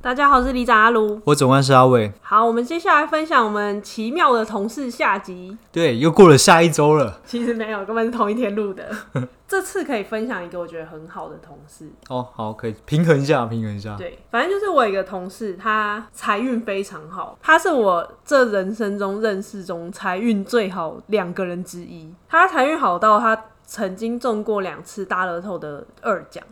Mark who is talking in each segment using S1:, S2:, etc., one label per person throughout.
S1: 大家好，我是里长阿卢。
S2: 我总算是阿伟，
S1: 好，我们接下来分享我们奇妙的同事下集。
S2: 对，又过了下一周了。
S1: 其实没有，根本是同一天录的。这次可以分享一个我觉得很好的同事。
S2: 哦，好，可以平衡一下，平衡一下。
S1: 对，反正就是我有一个同事，他财运非常好，他是我这人生中认识中财运最好两个人之一。他财运好到他曾经中过两次大乐透的二奖，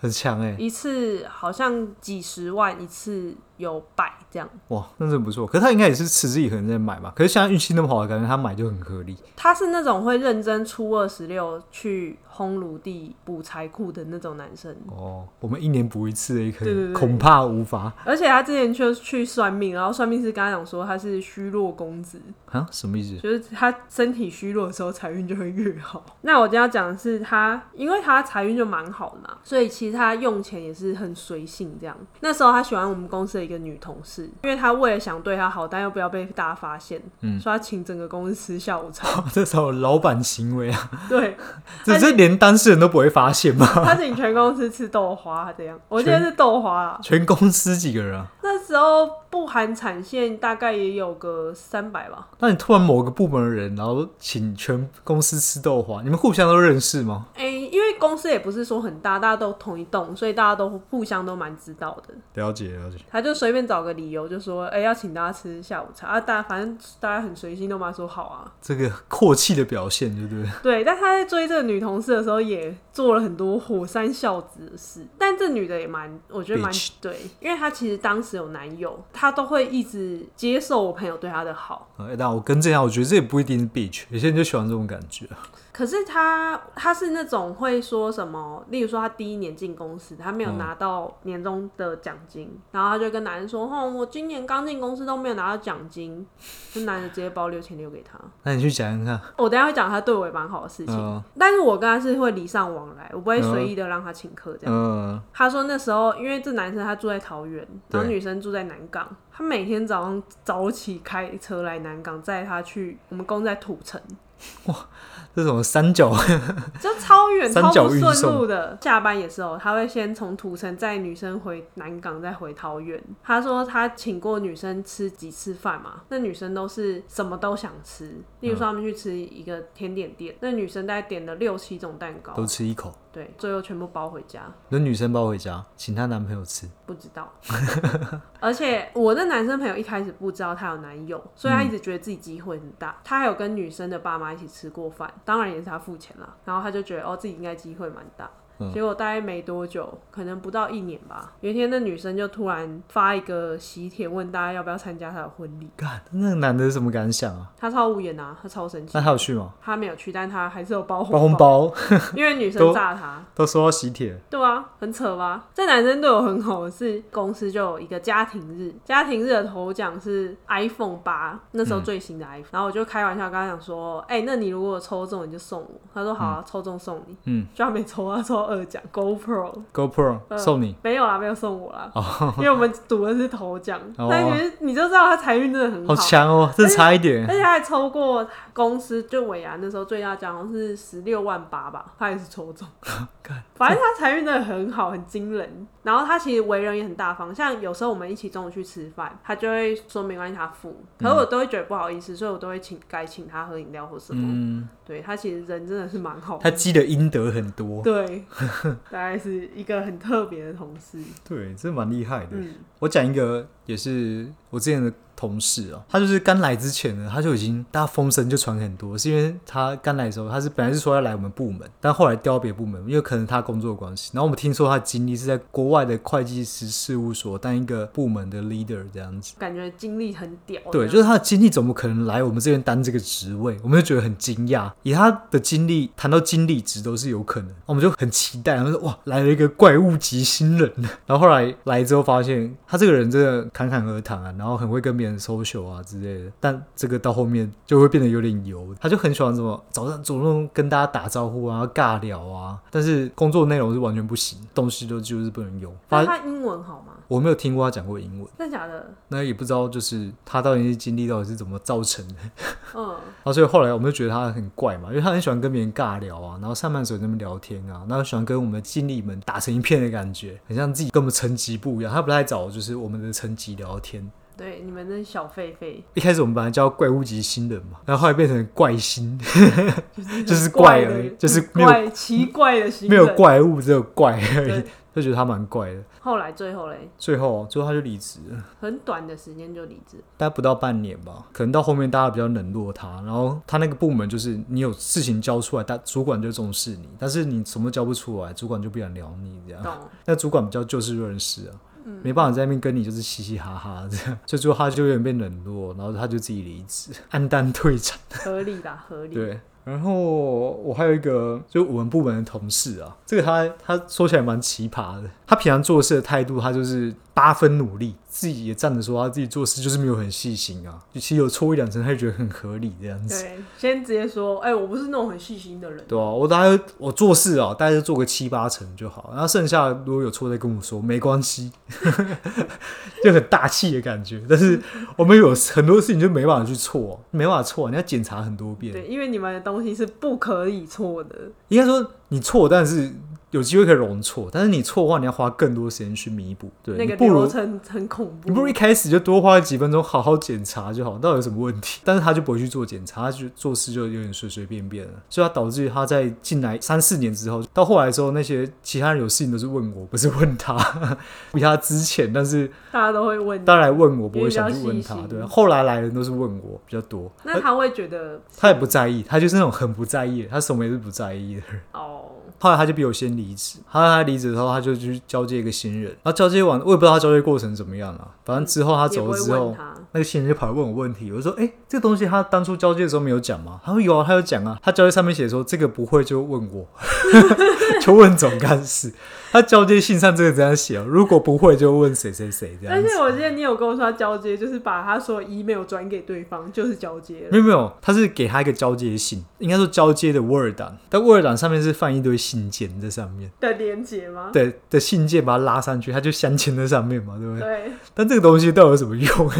S2: 很强哎、
S1: 一次好像几十万，一次有百这样。
S2: 哇，那真不错。可是他应该也是持之以恒在买吧？可是现在运气那么好，感觉他买就很合理。
S1: 他是那种会认真初二十六去烘炉地补财库的那种男生。
S2: 哦，我们一年补一次也可
S1: 嗯对对对
S2: 以，恐怕无法
S1: 而且他之前就去算命，然后算命师跟他讲说他是虚弱公子，
S2: 啊？什么意思？
S1: 就是他身体虚弱的时候，财运就会越好。那我今天要讲的是他，因为他财运就蛮好的嘛，所以其实他用钱也是很随性这样。那时候他喜欢我们公司的一个女同事，因为他为了想对她好，但又不要被大家发现，嗯，所以他请整个公司吃下午茶。
S2: 哦这种老板行为 啊，
S1: 对，
S2: 这这连当事人都不会发现吗？
S1: 他请全公司吃豆花这样，我记得是豆花啦。
S2: 全公司几个人啊？
S1: 那时候不含产线大概也有个三百吧。
S2: 那你突然某个部门的人，然后请全公司吃豆花，你们互相都认识吗？
S1: 哎、因为公司也不是说很大，大家都同一栋，所以大家都互相都蛮知道的。
S2: 了解了解，
S1: 他就随便找个理由，就说：“哎、要请大家吃下午茶啊！”大家反正大家很随心，都妈说好啊。
S2: 这个阔气的表现，对不对？
S1: 对，但他在追这个女同事的时候，也做了很多火山孝子的事。但这女的也蛮，我觉得蛮
S2: Bitch
S1: 对，因为她其实当时有男友，她都会一直接受我朋友对她的好。
S2: 哎，那我跟这样，我觉得这也不一定是 beach，有些人就喜欢这种感觉。
S1: 可是他他是那种会说什么，例如说他第一年进公司，他没有拿到年终的奖金，然后他就跟男人说：“哦，我今年刚进公司都没有拿到奖 金。”就男的直接包六千六给他。
S2: 那你去讲讲看，
S1: 我等一下会讲他对我也蛮好的事情，
S2: 嗯
S1: 但是我跟他是会礼尚往来，我不会随意的让他请客这样。
S2: 嗯，
S1: 他说那时候因为这男生他住在桃园，然后
S2: 对
S1: 女生住在南港，他每天早上早起开车来南港，载他去我们公司在土城。
S2: 这种三角，
S1: 就超远、
S2: 三
S1: 超
S2: 角
S1: 不
S2: 运
S1: 顺
S2: 送
S1: 路的。下班也是哦，他会先从土城载女生回南港，再回桃园。他说他请过女生吃几次饭嘛，那女生都是什么都想吃，例如说他们去吃一个甜点店，那女生大概点了六七种蛋糕
S2: 都，吃一口。
S1: 对，最后全部包回家。
S2: 那女生抱回家，请她男朋友吃，
S1: 不知道， 而且我那男生朋友一开始不知道他有男友，所以他一直觉得自己机会很大。他还有跟女生的爸妈一起吃过饭，当然也是他付钱啦。然后他就觉得哦，自己应该机会蛮大。
S2: 嗯
S1: 结果大概没多久，可能不到一年吧。有一天，那女生就突然发一个喜帖，问大家要不要参加她的婚礼。
S2: 干，那个男的是什么感想啊？
S1: 他超无言啊，他超生气
S2: 那。他有去吗？
S1: 他没有去，但他还是有包
S2: 包
S1: 红
S2: 红
S1: 包，
S2: 包
S1: 因为女生
S2: 都
S1: 炸他。
S2: 都收到喜帖，
S1: 对啊，很扯吧？这男生对我很好的是，公司就有一个家庭日，家庭日的头奖是 iPhone 八，那
S2: 嗯
S1: 时候最新的 iPhone、然后我就开玩笑跟他讲说：“哎、那你如果抽中，你就送我。”他说：“好啊，抽中送你。”
S2: 嗯，
S1: 就他没抽，啊他抽二奖 GoPro。
S2: GoPro 送你，
S1: 没有啦，没有送我啦，因为我们赌的是头奖。
S2: 哦
S1: 但你就你就知道他财运真的很哎
S2: 好强哦，这差一点
S1: 而且他还抽过公司就尾牙那时候最大奖好像是十六万八吧，他也是抽中
S2: 干。
S1: 反正他财运真的很好，很惊人。然后他其实为人也很大方，像有时候我们一起中午去吃饭，他就会说没关系，他付。可是我都会觉得不好意思，所以我都会请改请他喝饮料或什么。
S2: 嗯
S1: 对他其实人真的是蛮好
S2: 他
S1: 的。
S2: 积的阴德很多，
S1: 对，大概是一个很特别的同事。
S2: 对，这蛮厉害的。
S1: 嗯，
S2: 我讲一个也是我之前的同事啊，他就是刚来之前呢，他就已经大家风声就传很多，是因为他刚来的时候，他是本来是说要来我们部门，但后来调到别的部门，因为可能他工作的关系。然后我们听说他的经历是在国外的会计师事务所当一个部门的 leader 这样子。
S1: 感觉经历很屌。
S2: 对，就是他的经历怎么可能来我们这边担这个职位？我们就觉得很惊讶。以他的经历，谈到经历值都是有可能，我们就很期待。然后说哇，来了一个怪物级新人。 然后后来来之后发现，他这个人真的侃侃而谈啊，然后很会跟别人 social 啊之类的。但这个到后面就会变得有点油，他就很喜欢怎么早上主动跟大家打招呼啊、尬聊啊，但是工作内容是完全不行，东西都就是不能用。发
S1: 那他英文好吗？
S2: 我没有听过他讲过英文，
S1: 真的假的？
S2: 那也不知道就是他到底是经历到底是怎么造成的。
S1: 嗯，
S2: 然后所以后来我们就觉得他很怪嘛，因为他很喜欢跟别人尬聊啊，然后上班的时候在那边聊天啊，然后喜欢跟我们的经理们打成一片的感觉，很像自己跟我们层级不一样。他不太找就是我们的层级聊天。
S1: 对，你们这小狒狒
S2: 一开始我们本来叫怪物级新人嘛，然后后来变成怪新， 就是怪
S1: 怪
S2: 而
S1: 的
S2: 已，就是没有
S1: 怪奇怪的行
S2: 没
S1: 为。
S2: 有怪物，只有怪而已
S1: 对，
S2: 就觉得他蛮怪的。
S1: 后来最后嘞，
S2: 最后最后他就离职了。
S1: 很短的时间就离职。
S2: 大概不到半年吧，可能到后面大家比较冷落他，然后他那个部门就是你有事情交出来，他主管就重视你，但是你什么交不出来，主管就不想聊你这样。
S1: 懂？
S2: 那主管比较就事论事啊，没办法在那边跟你就是嘻嘻哈哈这样，所以最后他就有点被冷落，然后他就自己离职，黯淡退场。
S1: 合理啦，合理。
S2: 对，然后我还有一个，就我们部门的同事啊，这个他他说起来蛮奇葩的。他平常做事的态度，他就是八分努力，自己也站着说他自己做事就是没有很细心啊，就其实有错一两成，他就觉得很合理这样子。
S1: 对，先直接说，哎、我不是那种很细心的人。
S2: 对啊，我大概我做事啊，大概就做个七八成就好，然后剩下如果有错再跟我说，没关系， 就很大气的感觉。但是我们有很多事情就没办法去错啊、没办法错啊、你要检查很多遍。
S1: 对，因为你们的东西是不可以错的。
S2: 应该说你错，但是有机会可以容错，但是你错的话，你要花更多时间去弥补。对，
S1: 那
S2: 你
S1: 个
S2: 不
S1: 流
S2: 如
S1: 程很恐
S2: 你不如
S1: 怖
S2: 一。开始就多花几分钟好好检查就好，到底有什么问题？但是他就不会去做检查，他就做事就有点随随便便了，所以他导致他在进来三四年之后，到后来的时候，那些其他人有事情都是问我，不是问他， 比他之前，但是
S1: 大家都会问你，
S2: 当然问我不
S1: 因
S2: 会
S1: 为比较
S2: 想去问
S1: 细
S2: 他，
S1: 心
S2: 对，后来来的人都是问我比较多，
S1: 那他会觉得
S2: 他也不在意，他就是那种很不在意的，他什么也是不在意的人。
S1: 哦，
S2: 后来他就比我先离职，后来他离职之后，他就去交接一个新人，然后交接完，我也不知道他交接过程怎么样啊，反正之后他
S1: 也
S2: 走了
S1: 不会
S2: 之
S1: 问
S2: 后，
S1: 他。
S2: 那个新人就跑来问我问题，我就说，哎、这个东西他当初交接的时候没有讲吗？他说有啊，他有讲啊，他交接上面写说这个不会就问 我， 就问总干事，他交接信上这个这样写哦，如果不会就问谁谁谁这样
S1: 而
S2: 子。
S1: 且我记得你有跟我说他交接，就是把他所有 email 转给对方，就是交接了。
S2: 没有没有，他是给他一个交接信，应该说交接的 Word 档，但 Word 档上面是放一堆信件在上面。
S1: 的连接吗？
S2: 的的信件把它拉上去，它就镶嵌在上面嘛，对不对？
S1: 对，
S2: 但这个东西到底有什么用？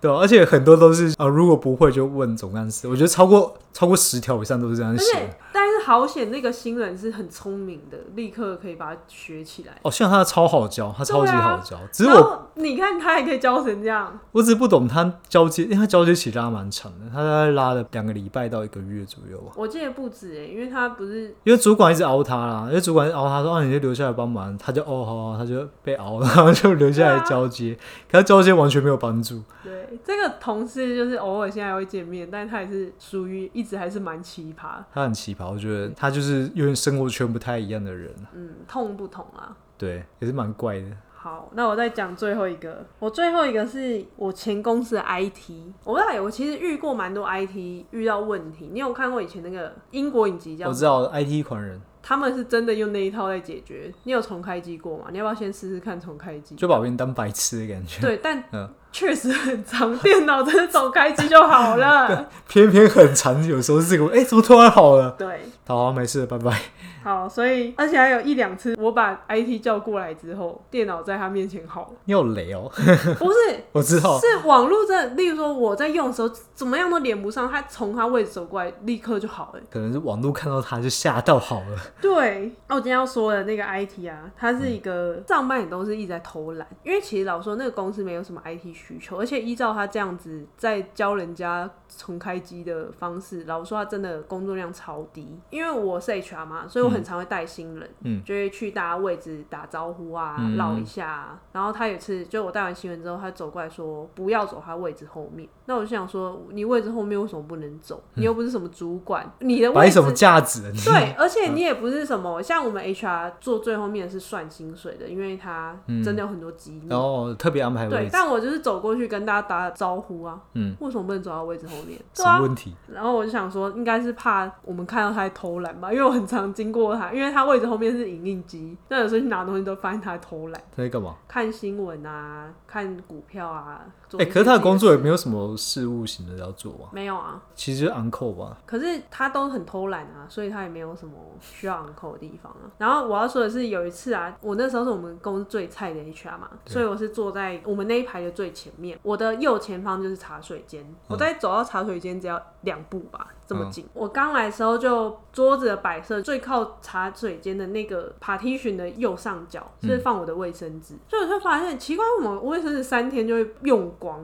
S2: 对吧、啊而且很多都是啊、呃如果不会就问总干事。我觉得超过超过十条以上都是这样
S1: 而
S2: 写
S1: 且
S2: 的。
S1: 但是好险，那个新人是很聪明的，立刻可以把它学起来。
S2: 哦，像他超好教，他超级
S1: 对啊
S2: 好教。只是
S1: 然
S2: 我
S1: 后你看他还可以教成这样，
S2: 我只是不懂他交接，因为他交接期拉蛮长的，他大概拉了两个礼拜到一个月左右吧。
S1: 我记得不止哎、因为他不是
S2: 因为主管一直熬他啦，因为主管一直熬他说啊你就留下来帮忙，他就哦好啊、他就被熬了，然 后就留下来
S1: 对啊
S2: 交接。可他交接完全没有帮助。
S1: 对这个同事，就是偶尔现在会见面，但他也是属于一直还是蛮奇葩，
S2: 他很奇葩，我觉得他就是有点生活圈不太一样的人，
S1: 嗯，痛不同啊。
S2: 对，也是蛮怪的。
S1: 好，那我再讲最后一个。我最后一个是我前公司的 IT，我不知道欸有，我其实遇过蛮多 IT 遇到问题。你有看过以前那个英国影集叫
S2: 我知道 IT 狂人
S1: 他们是真的用那一套在解决。你有重开机过吗？你要不要先试试看重开机？
S2: 就把别人当白痴的感觉，
S1: 对，但
S2: 嗯
S1: 确实很长，电脑真的重开机就好 了。
S2: 偏偏很长，有时候是这个，哎、 怎么突然好了？
S1: 对，
S2: 好、啊，没事了，拜拜。
S1: 好，所以而且还有一两次，我把 IT 叫过来之后，电脑在他面前好了，
S2: 你有雷哦，
S1: 不是。
S2: 我知道，
S1: 是网络这，例如说我在用的时候，怎么样都连不上，他从他位置走过来，立刻就好了。
S2: 可能是网络看到他就吓到好了，
S1: 对，那我今天要说的那个 IT 啊，它是一
S2: 嗯
S1: 个上班也都是一直在偷懒，因为其实老实说那个公司没有什么 IT 需求，而且依照他这样子在教人家重开机的方式，老实说他真的工作量超低。因为我是 HR 嘛，所以我我很常会带新人，
S2: 嗯
S1: 就会去大家位置打招呼啊，
S2: 嗯
S1: 绕一下、啊。然后他有一次，就我带完新人之后，他走过来说不要走他位置后面。那我就想说，你位置后面为什么不能走？你又不是什么主管，你的位
S2: 嗯摆
S1: 置
S2: 什么架子啊？你
S1: 对，而且你也不是什么像我们 HR 做最后面是算薪水的，因为他
S2: 嗯
S1: 真的有很多机密。
S2: 然后特别安排位
S1: 对，
S2: 置，
S1: 但我就是走过去跟大家打招呼啊，
S2: 嗯，
S1: 为什么不能走到位置后面？
S2: 什
S1: 对啊
S2: 么，问题？
S1: 然后我就想说，应该是怕我们看到他在偷懒吧，因为我很常经过他，因为他位置后面是影印机，那有时候去拿东西都发现他在偷懒，
S2: 他在干嘛？
S1: 看新闻啊，看股票啊。
S2: 哎、可是他的工作也没
S1: 有
S2: 有什么事务型的要做啊，
S1: 没有啊，
S2: 其实就是 uncle 吧，
S1: 可是他都很偷懒啊，所以他也没有什么需要 uncle 的地方啊。然后我要说的是，有一次啊，我那时候是我们公司最菜的 HR 嘛，
S2: 对
S1: 所以我是坐在我们那一排的最前面，我的右前方就是茶水间，
S2: 嗯
S1: 我在走到茶水间只要两步吧，这么近。我刚来的时候就桌子的摆设最靠茶水间的那个 partition 的右上角
S2: 嗯
S1: 是放我的卫生纸，所以我就发现奇怪，为什么我卫生纸三天就会用光？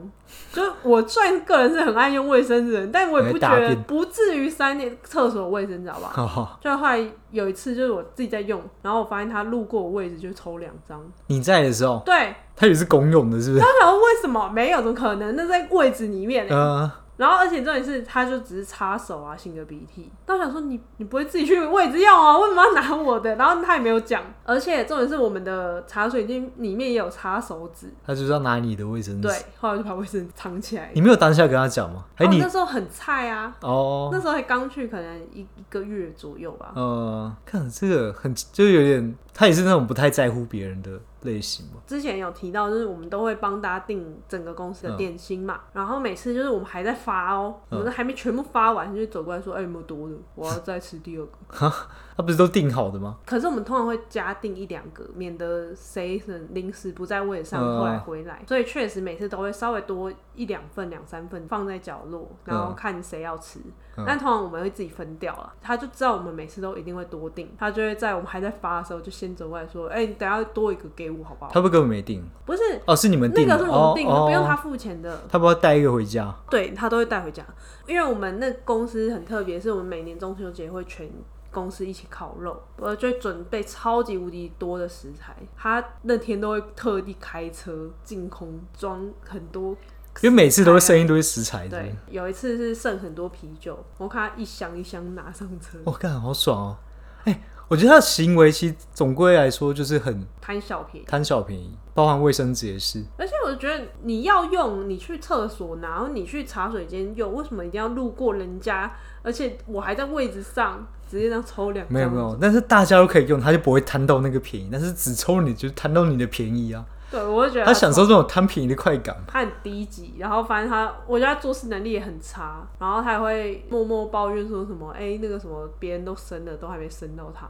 S1: 就是我虽然个人是很爱用卫生纸的人，但我也不觉
S2: 还大
S1: 得
S2: 便
S1: 不至于三天厕所卫生纸好不 好？
S2: 哈哈。
S1: 就后来有一次就是我自己在用，然后我发现他路过我位置就抽两张，
S2: 你在的时候，
S1: 对，
S2: 他也是公用的，是不是
S1: 然？后我想说为什么没有？怎么可能？那在位置里面、欸，
S2: 嗯，
S1: 然后而且重点是他就只是擦手啊，擤个鼻涕。但我想说你你不会自己去位置用啊？为什么要拿我的？然后他也没有讲，而且重点是我们的茶水间里面也有擦手纸，
S2: 他就是要拿你的卫生纸
S1: 对。，后来我就把卫生纸藏起来。
S2: 你没有当下跟他讲吗？还
S1: 哦
S2: 哎你
S1: 那时候很菜啊，
S2: 哦，
S1: 那时候还刚去，可能一一个月左右吧。
S2: 呃，看这个很就是有点，他也是那种不太在乎别人的类型嘛。
S1: 之前有提到，就是我们都会帮大家定整个公司的点心嘛，然后每次就是我们还在发哦，
S2: 嗯
S1: 我们都还没全部发完，就走过来说：“哎、有没有多的？我要再吃第二个。
S2: 他不是都定好的吗？”
S1: 可是我们通常会加订一两个，免得谁很临时不在位置上，
S2: 嗯
S1: 后来回来。所以确实每次都会稍微多一两份、两三份放在角落，然后
S2: 嗯
S1: 看谁要吃。
S2: 嗯
S1: 但通常我们会自己分掉了，他就知道我们每次都一定会多订，他就会在我们还在发的时候就先走过来说：“哎、你等一下多一个给我好不好？”
S2: 他不根本没定
S1: 不是，
S2: 哦，是你们
S1: 那
S2: 定的，
S1: 个是我们订的，
S2: 哦、
S1: 不用他
S2: 哦
S1: 付钱的。
S2: 他不要带一个回家，
S1: 对他都会带回家，因为我们那公司很特别，是我们每年中秋节会全公司一起烤肉，我就会准备超级无敌多的食材。他那天都会特地开车进空装很多，
S2: 因为每次都会剩一堆食材的
S1: 对。，有一次是剩很多啤酒，我看他一箱一箱拿上车，
S2: 我看、干好爽哦！哎、我觉得他的行为其实总归来说就是很
S1: 贪小便宜。
S2: 贪小便宜，包含卫生纸也是。
S1: 而且我觉得你要用，你去厕所拿，然后你去茶水间用，为什么一定要路过人家？而且我还在位置上，直接这样抽两张。
S2: 没有没有，但是大家都可以用，他就不会贪到那个便宜，但是只抽你就贪到你的便宜啊！
S1: 对，我就觉得
S2: 他享受这种贪便宜的快感。
S1: 他很低级，然后反正他，我觉得他做事能力也很差，然后他还会默默抱怨说什么，哎、那个什么别人都生了，都还没生到他。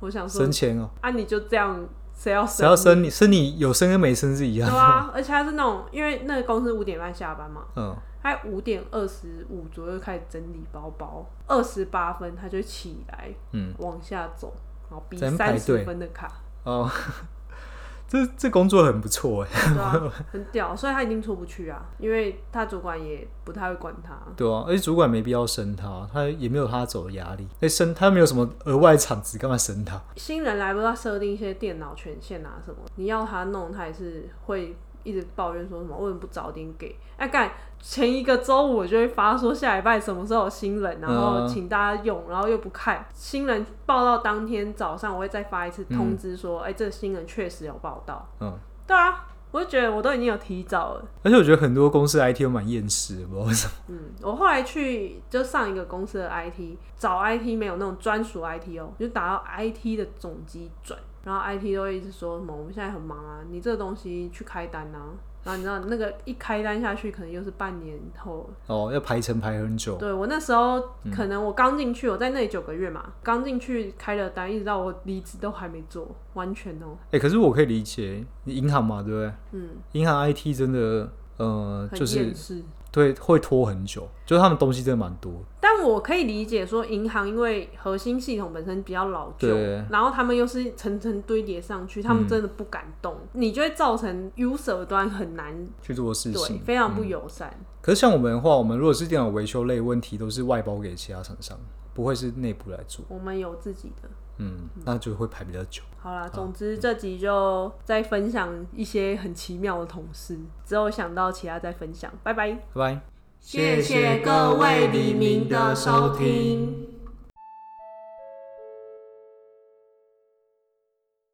S1: 我想说
S2: 生，前哦，
S1: 啊，你就这样，谁要生？
S2: 只要生你生你有生跟没生是一
S1: 对
S2: 样。
S1: 啊，而且他是那种，因为那个公司五点半下班嘛，
S2: 嗯，
S1: 他五点二十五左右开始整理包包，二十八分他就起来，
S2: 嗯，
S1: 往下走，然后逼
S2: 在那边
S1: 三
S2: 排队
S1: 十分的卡，
S2: 哦， 这这工作很不错哎，
S1: 对啊，很屌，所以他一定出不去啊，因为他主管也不太会管他，
S2: 对啊，而且主管没必要生他，他也没有他走的压力，哎，生他没有什么额外产值，干嘛生他？
S1: 新人来不要设定一些电脑权限啊什么，你要他弄，他也是会一直抱怨说什么为什么不早点给？哎、干前一个周五我就会发说下礼拜什么时候有新人，然后
S2: 嗯
S1: 请大家用，然后又不看新人报到当天早上，我会再发一次通知说，哎、这个新人确实有报道。
S2: 嗯，
S1: 对啊，我就觉得我都已经有提早了。
S2: 而且我觉得很多公司的 IT 都蛮厌世的，不知道为什么。
S1: 嗯，我后来去就上一个公司的 IT，找 IT 没有那种专属 IT 哦，就打到 IT 的总机转，然后 IT 都会一直说什么我们现在很忙啊，你这个东西去开单啊。然后你知道那个一开单下去，可能又是半年后。
S2: 哦， 要排程排很久，
S1: 对我那时候
S2: 嗯
S1: 可能我刚进去，我在那里九个月嘛，刚进去开了单，一直到我离职都还没做，完全哦，
S2: 哎，可是我可以理解，你银行嘛，对不对？
S1: 嗯，
S2: 银行 IT 真的，呃，
S1: 很
S2: 就是
S1: 厌世。
S2: 对会拖很久，就是他们东西真的蛮多的。
S1: 但我可以理解说，银行因为核心系统本身比较老旧
S2: 对，
S1: 然后他们又是层层堆叠上去，他们真的不敢动，你就会造成 user 端很难
S2: 去做事
S1: 对
S2: 情，，
S1: 非常不友善。
S2: 可是像我们的话，我们如果是电脑维修类问题，都是外包给其他厂商，不会是内部来做。
S1: 我们有自己的，
S2: 嗯，那就会排比较久。
S1: 好啦，总之这集就再分享一些很奇妙的同事，之后想到其他再分享，拜拜。
S2: 拜拜。
S1: 谢谢各位黎明的收听。